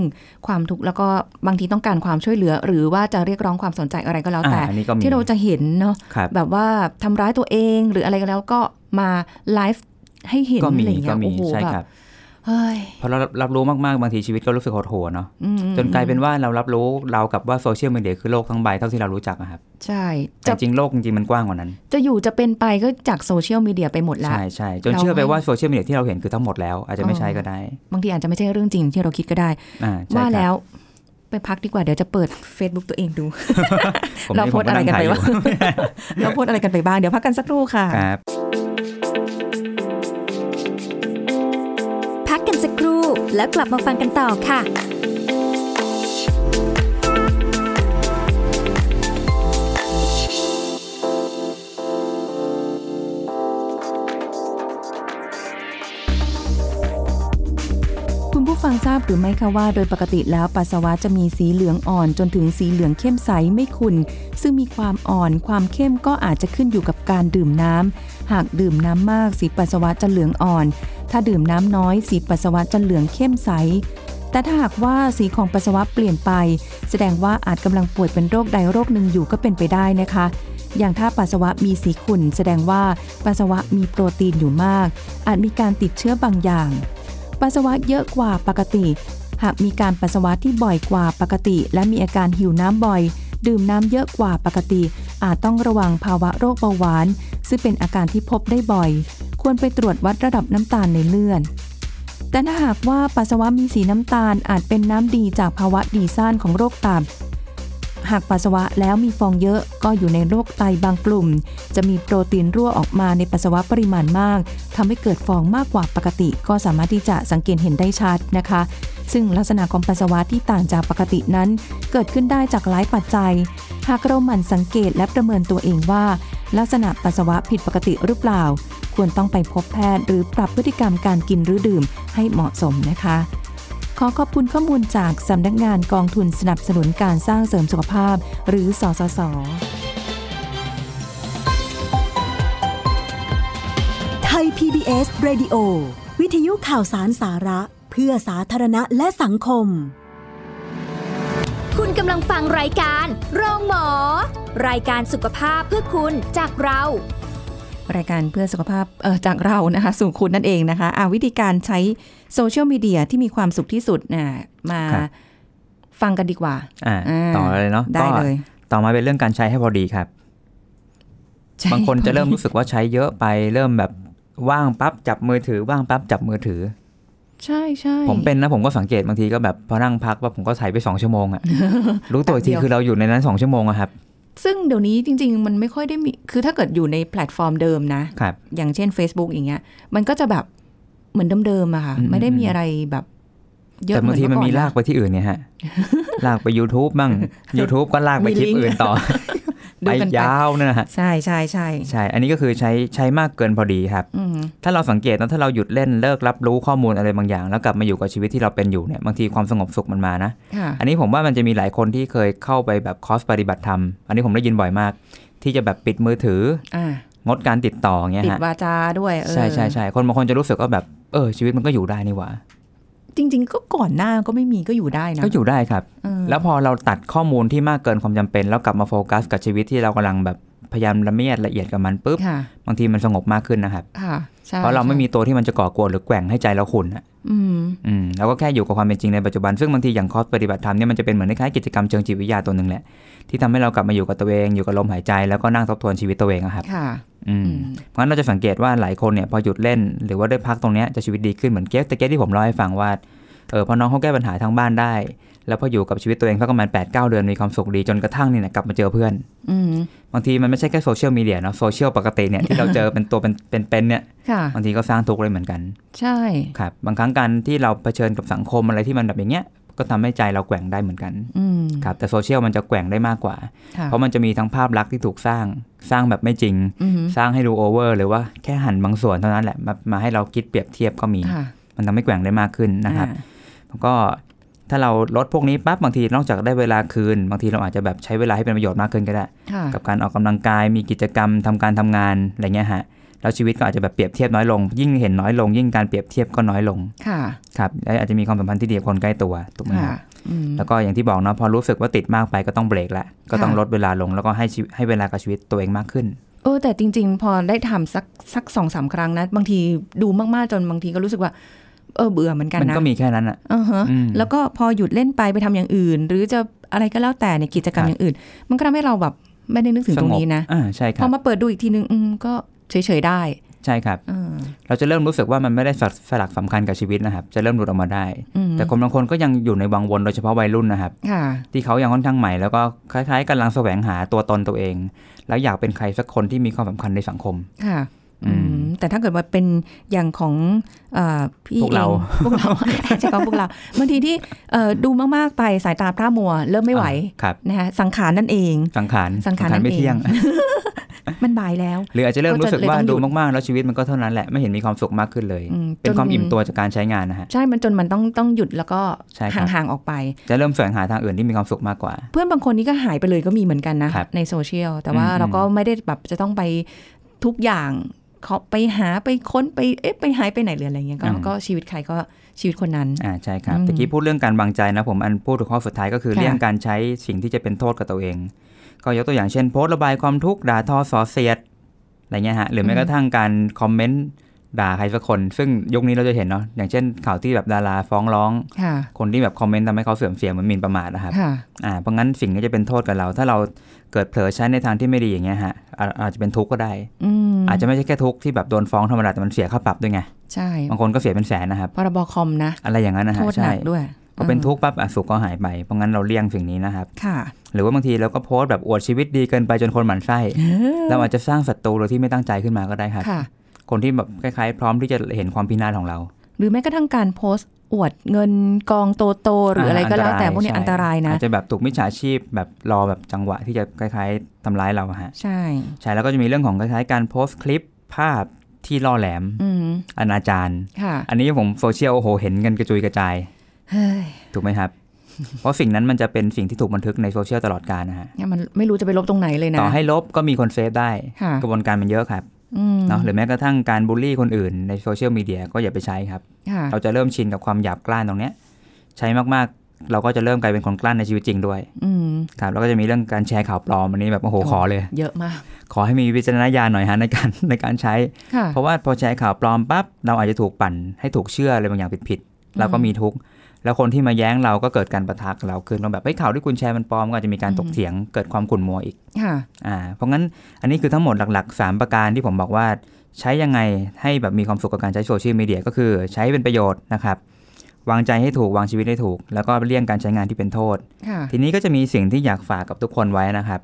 Speaker 2: ความทุกข์แล้วก็บางทีต้องการความช่วยเหลือ หรือว่าจะเรียกร้องความสนใจอะไรก็แล้วแต่
Speaker 3: อ่าอันนี้ก็มี
Speaker 2: ที่เราจะเห็นเนาะ
Speaker 3: ครับ
Speaker 2: แบบว่าทำร้ายตัวเองหรืออะไรก็แล้วก็มาไลฟ์ให้เห็น
Speaker 3: ก็มี
Speaker 2: อะไรอย่างเงี้
Speaker 3: ก็
Speaker 2: ย
Speaker 3: มี
Speaker 2: โอ้โห
Speaker 3: ใช่
Speaker 2: แบบ
Speaker 3: ครับ
Speaker 2: เฮ้ย
Speaker 3: พอเรารับรู้มากๆบางทีชีวิตก็รู้สึกโหดหัวเนาะ
Speaker 2: อืม
Speaker 3: จนกลายเป็นว่าเรารับรู้เรากับว่าโซเชียลมีเดียคือโลกทั้งใบเท่าที่เรารู้จักอะครับ
Speaker 2: ใช่
Speaker 3: แต่
Speaker 2: จะ
Speaker 3: จริงโลกจริงๆมันกว้างกว่านั้น
Speaker 2: จะอยู่จะเป็นไปก็จากโซเชียลมีเดียไปหมดละ
Speaker 3: ใช่ใช่จน
Speaker 2: เรา
Speaker 3: เชื่อไป
Speaker 2: ให้
Speaker 3: ว่าโซเชียลมีเดียที่เราเห็นคือทั้งหมดแล้ว อาจจะไม่ใช่
Speaker 2: อ๋อ
Speaker 3: ก็ได้
Speaker 2: บางทีอาจจะไม่ใช่เรื่องจริงที่เราคิดก็ได้
Speaker 3: อ่าใช่
Speaker 2: ว่า
Speaker 3: ครับ
Speaker 2: แล้วไปพักดีกว่า เดี๋ยวจะเปิด Facebook ตัวเองดู
Speaker 3: ผม
Speaker 2: เรา
Speaker 3: นี่
Speaker 2: โพ
Speaker 3: ผ
Speaker 2: ส
Speaker 3: ม
Speaker 2: ต์
Speaker 3: ก็
Speaker 2: อะไร
Speaker 3: นั่ง
Speaker 2: กัน
Speaker 3: ถ่าย
Speaker 2: ไป
Speaker 3: อยู่
Speaker 2: วะ
Speaker 3: [laughs]
Speaker 2: เราโพสต์อะไรกันไปบ้าง เดี๋ยวพักกันสักครู่ค่ะ
Speaker 3: ครับ
Speaker 1: พักกันสักครู่แล้วกลับมาฟังกันต่อค่ะ
Speaker 2: คุณผู้ฟังทราบหรือไม่คะว่าโดยปกติแล้วปัสสาวะจะมีสีเหลืองอ่อนจนถึงสีเหลืองเข้มใสไม่ขุ่นซึ่งมีความอ่อนความเข้มก็อาจจะขึ้นอยู่กับการดื่มน้ำหากดื่มน้ำมากสีปัสสาวะจะเหลืองอ่อน ถ้าดื่มน้ำน้อยสีปัสสาวะจะเหลืองเข้มใส แต่ถ้าหากว่าสีของปัสสาวะเปลี่ยนไป แสดงว่าอาจกำลังป่วยเป็นโรคใดโรคหนึ่งอยู่ก็เป็นไปได้นะคะ อย่างถ้าปัสสาวะมีสีขุ่นแสดงว่าปัสสาวะมีโปรตีนอยู่มาก อาจมีการติดเชื้อบางอย่าง ปัสสาวะเยอะกว่าปกติ หากมีการปัสสาวะที่บ่อยกว่าปกติ และมีอาการหิวน้ำบ่อย ดื่มน้ำเยอะกว่าปกติ อาจต้องระวังภาวะโรคเบาหวาน ซึ่งเป็นอาการที่พบได้บ่อย ควรไปตรวจวัดระดับน้ำตาลในเลือด แต่ถ้าหากว่าปัสสาวะมีสีน้ำตาลอาจเป็นน้ำดีจากภาวะดีซ่านของโรคตับ หากปัสสาวะแล้วมีฟองเยอะก็อยู่ในโรคไตบางกลุ่ม จะมีโปรตีนรั่วออกมาในปัสสาวะปริมาณมากทำให้เกิดฟองมากกว่าปกติ ก็สามารถที่จะสังเกตเห็นได้ชัดนะคะ ซึ่งลักษณะของปัสสาวะที่ต่างจากปกตินั้น เกิดขึ้นได้จากหลายปัจจัย หากเราหมั่นสังเกตและประเมินตัวเองว่า ลักษณะปัสสาวะผิดปกติหรือเปล่า ควรต้องไปพบแพทย์หรือปรับพฤติกรรมการกินหรือดื่มให้เหมาะสมนะคะ ขอขอบคุณข้อมูลจากสำนักงานกองทุนสนับสนุนการสร้างเสริมสุขภาพ หรือสสส
Speaker 4: ไทย PBS Radio วิทยุข่าวสารสาระ เพื่อสาธารณะและสังคม
Speaker 1: คุณกำลังฟังรายการโรงหมอ รายการสุขภาพเพื่อคุณจากเรา
Speaker 2: รายการเพื่อสุขภาพเอ่อจากเรานะคะสู่คุณนั่นเองนะคะอาวิธีการใช้โซเชียลมีเดียที่มีความสุขที่สุดน่ะมา
Speaker 3: ครับ
Speaker 2: ฟังกันดีกว่า
Speaker 3: อ่า
Speaker 2: อ่า
Speaker 3: ต่อเลยเนาะ
Speaker 2: ได้
Speaker 3: ก็
Speaker 2: เลย
Speaker 3: ต่อมาเป็นเรื่องการใช้ให้พอดีครับ
Speaker 2: ใช่
Speaker 3: บางคนจะเริ่มรู้สึกว่าใช้เยอะไปเริ่มแบบว่างปั๊บจับมือถือว่างปั๊บจับมือถือ
Speaker 2: ใช่ใช่
Speaker 3: ผมเป็นนะผมก็สังเกตบางทีก็แบบพอนั่งพักว่าผมก็ถ่ายไปสองชั่วโมง
Speaker 2: [laughs]
Speaker 3: อะ รู้ตัวอีกทีคือเราอยู่ในนั้นสองชั่วโมงอะครับ
Speaker 2: ซึ่งเดี๋ยวนี้จริง ๆ มันไม่ค่อยได้มี คือถ้าเกิดอยู่ในแพลตฟอร์มเดิมนะ
Speaker 3: ครับ
Speaker 2: อย่างเช่น Facebook อย่างเงี้ย มันก็จะแบบเหมือนเดิมๆอะค่ะ
Speaker 3: อืม
Speaker 2: ไม่ได้มีอะไรแบบเยอะ
Speaker 3: แต่
Speaker 2: เหมื
Speaker 3: บา
Speaker 2: อ
Speaker 3: ง
Speaker 2: น
Speaker 3: ทีมัน
Speaker 2: เอก่อ
Speaker 3: มี
Speaker 2: นะ
Speaker 3: ลากไปที่อื่นเนี่ยฮะ ลากไป YouTube บ้าง YouTube ก็ลากไป
Speaker 2: มี
Speaker 3: คลิป
Speaker 2: ลิงก์
Speaker 3: อื่นต่อ
Speaker 2: [laughs] ดู
Speaker 3: ไป
Speaker 2: กันไป
Speaker 3: ยาวเนี่ยนะฮะ
Speaker 2: ใช่ใช่ใช่
Speaker 3: ใช่ อันนี้ก็คือใช้ใช้มากเกินพอดีครับ
Speaker 2: อืม
Speaker 3: ถ้าเราสังเกตนะถ้าเราหยุดเล่นเลิกรับรู้ข้อมูลอะไรบางอย่าง แล้วกลับมาอยู่กับชีวิตที่เราเป็นอยู่เนี่ยบางทีความสงบสุขมันมานะ
Speaker 2: ค่ะ
Speaker 3: อันนี้ผมว่ามันจะมีหลายคนที่เคยเข้าไปแบบคอร์สปฏิบัติธรรม อันนี้ผมได้ยินบ่อยมาก ที่จะแบบปิดมือถือ
Speaker 2: อ่าง
Speaker 3: ดการติดต่อเงี้ย
Speaker 2: ปิด
Speaker 3: ฮะ
Speaker 2: วาจาด้วยเออ
Speaker 3: ใช่ใช่ใช่คนบางคนจะรู้สึกว่าแบบเออชีวิตมันก็อยู่ได้นี่หว่า
Speaker 2: จริง ๆ ก็ก่อนหน้าก็ไม่มีก็อยู่ได้นะ
Speaker 3: ก็อยู่ได้ครับ
Speaker 2: เออ
Speaker 3: แล้วพอเราตัดข้อมูลที่มากเกินความจำเป็น แล้วกลับมาโฟกัสกับชีวิตที่เรากำลังแบบพยายามละเมียดละเอียดกับมันปุ๊บ
Speaker 2: ค่ะ
Speaker 3: บางทีมันสงบมากขึ้นนะครับ
Speaker 2: ค่ะใช่
Speaker 3: เพราะเราไม่มีตัวที่มันจะก่อกวนหรือแกว่งให้ใจเราขุ่นอะ
Speaker 2: อืม
Speaker 3: อืมเราก็แค่อยู่กับความเป็นจริงในปัจจุบัน ซึ่งบางทีอย่างคอร์สปฏิบัติธรรมเนี่ยมันจะเป็นเหมือนคล้ายๆกิจกรรมเชิงจิตวิทยาตัวหนึ่งแหละ ที่ทำให้เรากลับมาอยู่กับตัวเองอยู่กับลมหายใจแล้วก็นั่งทบทวนชีวิตตัวเองอะครับ
Speaker 2: ค่ะ
Speaker 3: อืม
Speaker 2: อืม
Speaker 3: เพราะฉะนั้นเราจะสังเกตว่าหลายคนเนี่ยพอหยุดเล่น หรือว่าได้พักตรงเนี้ยจะชีวิตดีขึ้นเหมือนเกสแต่เกสที่ผมเล่าให้ฟังว่าเออพอน้องเขาแก้ปัญหาทางบ้านได้ แล้วพออยู่กับชีวิตตัวเองสักประมาณ8ปดเเดือนมีความสุขดีจนกระทั่งเนี่ยกลับมาเจอเพื่อน
Speaker 2: อืม
Speaker 3: บางทีมันไม่ใช่แค่โซเชียลมีเดียเนาะโซเชียลปกติเนี่ยที่เราเจอเป็นตัวเป็นเป็นๆเนี่ย
Speaker 2: ค่ะ
Speaker 3: บางทีก็สร้างทุกข์เลยเหมือนกัน
Speaker 2: ใช่
Speaker 3: ครับบางครั้งการที่เราเผชิญกับสังคมอะไรที่มันแบบอย่างเงี้ยก็ทำให้ใจเราแกว่งได้เหมือนกัน
Speaker 2: อืม
Speaker 3: ครับแต่โซเชียลมันจะแกว่งได้มากกว่า
Speaker 2: ค่ะ
Speaker 3: เพราะมันจะมีทั้งภาพลักษณ์ที่ถูกสร้างสร้างแบบไม่จริง
Speaker 2: อืม
Speaker 3: สร้างให้ดูโอเวอร์หรือว่าแค่หันบางส่วนเท่านั้นแหละมามาให้เราคิดเปรียบเทียบก็มี
Speaker 2: ค่ะ
Speaker 3: มันทำให้แกว่งได้มากขึ้นนะครับ
Speaker 2: อ่า
Speaker 3: แล้วก็ ถ้าเราลดพวกนี้ปั๊บบางทีนอกจากได้เวลาคืน บางทีเราอาจจะแบบใช้เวลาให้เป็นประโยชน์มากขึ้นก็ได้
Speaker 2: ค่ะ
Speaker 3: กับการออกกำลังกายมีกิจกรรมทำการทำงานอะไรเงี้ยฮะแล้วชีวิตก็อาจจะแบบเปรียบเทียบน้อยลง ยิ่งเห็นน้อยลง ยิ่งการเปรียบเทียบก็น้อยลง
Speaker 2: ค่ะ
Speaker 3: ครับและอาจจะมีความสัมพันธ์ที่ดีกับคนใกล้ตัวถูกไหมค
Speaker 2: ค่ะ
Speaker 3: รับ
Speaker 2: อืม
Speaker 3: แล้วก็อย่างที่บอกเนาะพอรู้สึกว่าติดมากไปก็ต้องเบรกละก็ต้อง
Speaker 2: ค่ะ
Speaker 3: ลดเวลาลงแล้วก็ให้ชีวิตให้เวลากับชีวิตตัวเองมากขึ้น
Speaker 2: เออแต่จริง ๆ พอได้ทำสักสักสองสามครั้งนะบางทีดูมากๆจนบางทีก็รู้สึกว่า เออเบื่อเหมือนกัน
Speaker 3: มัน
Speaker 2: นะ
Speaker 3: ก็มีแค่นั้นอ่ะ
Speaker 2: อือฮะ
Speaker 3: อืม
Speaker 2: แล้วก็พอหยุดเล่นไปไปทำอย่างอื่น หรือจะอะไรก็แล้วแต่ในกิจกรรม
Speaker 3: ครับ
Speaker 2: อย่างอื่น มันก็ทำให้เราแบบไม่ได้นึกถึงตรงนี้นะ
Speaker 3: อ่าใช่ค
Speaker 2: พ
Speaker 3: รั
Speaker 2: อบ มาเปิดดูอีกทีนึงอืมก็เฉยๆได้
Speaker 3: ใช่ครับ
Speaker 2: เออ
Speaker 3: เราจะเริ่มรู้สึกว่ามันไม่ได้สลักสลักสำคัญกับชีวิตนะครับ จะเริ่มหลุดออกมาได้
Speaker 2: อืม
Speaker 3: แต่คนบางคนก็ยังอยู่ในวังวนโดยเฉพาะวัยรุ่นนะครับ
Speaker 2: ค่ะ
Speaker 3: ที่เขายังค่อนข้างใหม่แล้วก็คล้ายๆกำลังแสวงหาตัวตนตัวเอง แล้วอยากเป็นใครสักคนที่มีความสำคัญในสังคม
Speaker 2: ค่ะ
Speaker 3: อืม
Speaker 2: อืมแต่ถ้าเกิดว่าเป็นอย่างของเออพี่
Speaker 3: พวกเรา
Speaker 2: องพวกเรา [laughs] ใช่ก็พวกเราบางทีที่เอ่อดูมากๆไปสายตาพร่ามัว เริ่มไม่ไหว
Speaker 3: อ่าครับ
Speaker 2: นะคะสังขารนั่นเอง
Speaker 3: สังขาร
Speaker 2: สังขารนั่นเอง
Speaker 3: ไม่เที่ยง [laughs]
Speaker 2: มันบ่ายแล้ว
Speaker 3: หรืออาจจะเริ่มรู้สึกว่า
Speaker 2: ก็จะเลยต้องหยุ
Speaker 3: ดู
Speaker 2: ด
Speaker 3: มากๆ แล้วชีวิตมันก็เท่านั้นแหละไม่เห็นมีความสุขมากขึ้นเลย
Speaker 2: อื
Speaker 3: เป็น
Speaker 2: จ
Speaker 3: ความอิ่มตัวจากการใช้งานนะฮะ
Speaker 2: ใช่มันจนมันต้องต้องหยุดแล้วก็
Speaker 3: ใช่ครับ
Speaker 2: ห่างๆออกไป
Speaker 3: จะเริ่มแสวงหาทางอื่นที่มีความสุขมากกว่า
Speaker 2: เพื่อนบางคนนี่ก็หายไปเลยก็มีเหมือนกันนะครับ ในโซเชียลแต่ว่า
Speaker 3: อืม
Speaker 2: เราก็ไม่ได้แบบจะต้องไปทุกอย่างเขาไปหาไปค้นไปเอ๊ะไปหายไปไหนหรืออะไรเงี้ยก็ก็ชีวิตใครก็ชีวิตคนนั้น
Speaker 3: อ่าใช่ครับ
Speaker 2: อืม
Speaker 3: ตะกี้พูดเรื่องการบังใจนะผมอันพูดถึงข้อสุดท้ายก็คือ
Speaker 2: ค่ะ
Speaker 3: เรื่องการใช้สิ่งที่จะเป็นโทษกับตัวเอง ก็ยกตัวอย่างเช่นโพสต์ระบายความทุกข์ด่าทอสอเสียดอะไรเงี้ยฮะหรือแม้กระทั่งการคอมเมนต์ด่าใครสักคน ซึ่งยุคนี้เราจะเห็นเนาะอย่างเช่นข่าวที่แบบดาราฟ้องร้อง
Speaker 2: ค่ะ
Speaker 3: คนที่แบบคอมเมนต์ทำให้เขาเสื่อมเสียเหมือนหมิ่นประมาทนะครับ
Speaker 2: ค่ะ
Speaker 3: อ่าเพราะงั้นสิ่งนี้จะเป็นโทษกับเรา ถ้าเราเกิดเผลอใช้ในทางที่ไม่ดีอย่างเงี้ยฮะอาอาจจะเป็นทุกข์ก็ได้
Speaker 2: อืม
Speaker 3: อาจจะไม่ใช่แค่ทุกข์ที่แบบโดนฟ้องธรรมดาแต่มันเสียค่าปรับด้วยไง
Speaker 2: ใช่
Speaker 3: บางคนก็เสียเป็นแสนนะครับ
Speaker 2: พรบคอมนะ
Speaker 3: อะไรอย่างนั้นนะ
Speaker 2: โทษหนั
Speaker 3: ฮะใช่
Speaker 2: กด้วย
Speaker 3: พอเป็นทุกข์ปั๊บอ่ะสุขก็หายไป เพราะงั้นเราเลี่ยงสิ่งนี้นะครับ
Speaker 2: ค่ะ
Speaker 3: หรือว่าบางทีเราก็โพสต์แบบอวดชีวิตดีเกินไปจนคนหมั่นไส้ เราอาจจะสร้างศัตรูโดยที่ไม่ตั้งใจขึ้นมาก็ได้ครับ
Speaker 2: ค่ะ
Speaker 3: คนที่แบบคล้ายๆ พร้อมที่จะเห็นความพินาศของเรา
Speaker 2: หรือแม้กระทั่งการโพสต์ อวดเงินกองโตโตๆหรืออะไรก็แล้วแต่พวกนี้
Speaker 3: ใช่
Speaker 2: อันตรายนะ
Speaker 3: อาจจะแบบถูกมิจฉาชีพแบบรอแบบจังหวะที่จะคล้ายๆทำร้ายเราอะฮะ
Speaker 2: ใช่
Speaker 3: ใช่แล้วก็จะมีเรื่องของคล้ายๆการโพสต์คลิปภาพที่ล่อแหลม
Speaker 2: อืม
Speaker 3: อนาจาร
Speaker 2: ค่ะ
Speaker 3: อันนี้ผมโซเชียลโอ้โหเห็นกันกระจุยกระจาย
Speaker 2: เฮ้ย
Speaker 3: ถูกไหมครับ เพราะสิ่งนั้นมันจะเป็นสิ่งที่ถูกบันทึกในโซเชียลตลอดกาลนะฮะ
Speaker 2: เนี่ยมันไม่รู้จะไปลบตรงไหนเลยนะ
Speaker 3: ต่อให้ลบก็มีคนเซฟได้
Speaker 2: ค่ะ
Speaker 3: กระบวนการมันเยอะครับ
Speaker 2: อืม
Speaker 3: เนาะหรือแม้กระทั่งการบูลลี่คนอื่นในโซเชียลมีเดียก็อย่าไปใช้ครับ
Speaker 2: ค่ะ
Speaker 3: เราจะเริ่มชินกับความหยาบกล้านตรงเนี้ยใช้มากๆ เราก็จะเริ่มกลายเป็นคนกล้านในชีวิตจริงด้วย
Speaker 2: อืม
Speaker 3: ครับแล้วก็จะมีเรื่องการแชร์ข่าวปลอมอันนี้แบบโอ้โหขอเลย
Speaker 2: เยอะมาก
Speaker 3: ขอให้มีวิจารณญาณหน่อยฮะในการ ในการใช้
Speaker 2: ค่ะ
Speaker 3: เพราะว่าพอแชร์ข่าวปลอมปั๊บเราอาจจะถูกปั่นให้ถูกเชื่ออะไรบางอย่างผิดๆเราก็มีทุกข์แล้วคนที่มาแย้งเราก็เกิดการประทักบเราขึ้นว่าแบบเฮ้ยข่าวที่คุณแชร์มันปลอมก็อาจจะมีการ
Speaker 2: อืม
Speaker 3: ตกเถียงเกิดความขุ่นมัวอีก
Speaker 2: ค่ะ
Speaker 3: อ่าเพราะงั้นอันนี้คือทั้งหมดหลักๆ 3 ประการที่ผมบอกว่าใช้ยังไงให้แบบมีความสุขกับการใช้โซเชียลมีเดียก็คือใช้เป็นประโยชน์นะครับ วางใจให้ถูกวางชีวิตให้ถูก แล้วก็เลี่ยงการใช้งานที่เป็นโทษ
Speaker 2: ค่ะ
Speaker 3: ทีนี้ก็จะมีสิ่งที่อยากฝากกับทุกคนไว้นะครับ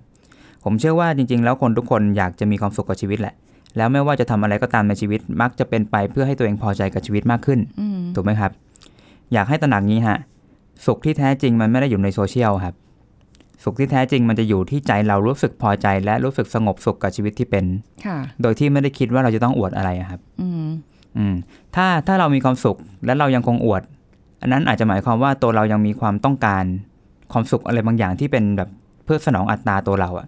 Speaker 3: ผมเชื่อว่าจริง ๆ แล้วคนทุกคนอยากจะมีความสุขกับชีวิตแหละ แล้วไม่ว่าจะทำอะไรก็ตามในชีวิตมักจะเป็นไปเพื่อให้ตัวเองพอใจกับชีวิตมากขึ้น
Speaker 2: อืม
Speaker 3: ถูกไหมครับ อยากให้ตระหนักงี้ฮะ สุขที่แท้จริงมันไม่ได้อยู่ในโซเชียลครับ สุขที่แท้จริงมันจะอยู่ที่ใจเรารู้สึกพอใจ และรู้สึกสงบสุขกับชีวิตที่เป็น
Speaker 2: ค่ะ
Speaker 3: โดยที่ไม่ได้คิดว่าเราจะต้องอวดอะไรอะครับ
Speaker 2: อืม
Speaker 3: อืม ถ้าถ้าเรามีความสุขและเรายังคงอวด อันนั้นอาจจะหมายความว่าตัวเรายังมีความต้องการ ความสุขอะไรบางอย่างที่เป็นแบบเพื่อสนองอัตราตัวเราอะ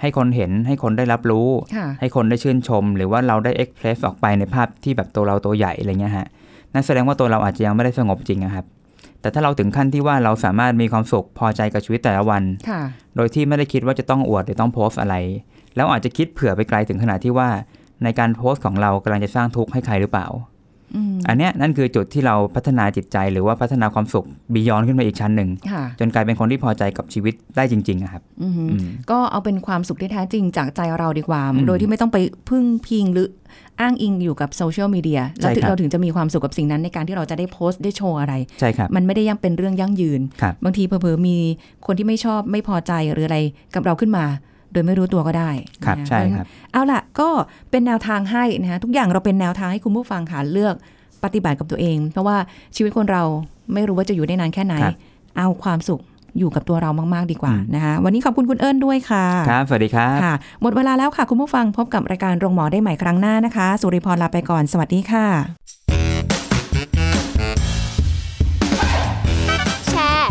Speaker 3: ให้คนเห็นให้คนได้รับรู้
Speaker 2: ค่ะ
Speaker 3: ให้คนได้ชื่นชม หรือว่าเราได้เอ็กเพรสออกไปในภาพที่แบบตัวเราตัวใหญ่อะไรเงี้ยฮะนั่นแสดงว่าตัวเราอาจจะยังไม่ได้สงบจริงนะครับ แต่ถ้าเราถึงขั้นที่ว่าเราสามารถมีความสุขพอใจกับชีวิตแต่ละวัน
Speaker 2: ค่ะ
Speaker 3: โดยที่ไม่ได้คิดว่าจะต้องอวดหรือต้องโพสต์อะไร แล้วอาจจะคิดเผื่อไปไกลถึงขนาดที่ว่า ในการโพสต์ของเรากำลังจะสร้างทุกข์ให้ใครหรือเปล่า
Speaker 2: อืม
Speaker 3: อันเนี้ยนั่นคือจุดที่เราพัฒนาจิตใจ หรือว่าพัฒนาความสุขบียอนขึ้นไปอีกชั้นหนึ่ง
Speaker 2: ค่ะ
Speaker 3: จนกลายเป็นคนที่พอใจกับชีวิตได้จริงๆอะครับ
Speaker 2: อืม
Speaker 3: อืม
Speaker 2: ก็เอาเป็นความสุขที่แท้จริงจากใจเราดีกว่า
Speaker 3: อืม
Speaker 2: โดยที่ไม่ต้องไปพึ่งพิงหรืออ้างอิงอยู่กับโซเชียลมีเดีย
Speaker 3: ใช่
Speaker 2: แล้วถึง
Speaker 3: ครับ
Speaker 2: เราถึงจะมีความสุขกับสิ่งนั้นในการที่เราจะได้โพสต์ได้โชว์อะไร
Speaker 3: ใช่ครับ
Speaker 2: มันไม่ได้ยังเป็นเรื่องยั่งยืน
Speaker 3: ครับ
Speaker 2: บางทีเผลอๆมีคนที่ไม่ชอบไม่พอใจหรืออะไรกับเราขึ้นมา โดยไม่รู้ตัวก็ได้
Speaker 3: ครับ
Speaker 2: นะ
Speaker 3: ใช่ครับ
Speaker 2: เอาล่ะก็เป็นแนวทางให้นะคะทุกอย่างเราเป็นแนวทางให้คุณผู้ฟังค่ะเลือกปฏิบัติกับตัวเอง เพราะว่าชีวิตคนเราไม่รู้ว่าจะอยู่ได้นานแค่ไหน
Speaker 3: ครับ
Speaker 2: เอาความสุขอยู่กับตัวเรามากๆดีกว่า
Speaker 3: อืม
Speaker 2: นะคะวันนี้ขอบคุณคุณเอิญด้วยค่ะ
Speaker 3: ครับสวัสดีครับ
Speaker 2: ค่ะ หมดเวลาแล้วค่ะ คุณผู้ฟังพบกับรายการโรงหมอได้ใหม่ครั้งหน้านะคะ สุริพรลาไปก่อน สวัสดีค่ะ
Speaker 1: แชร์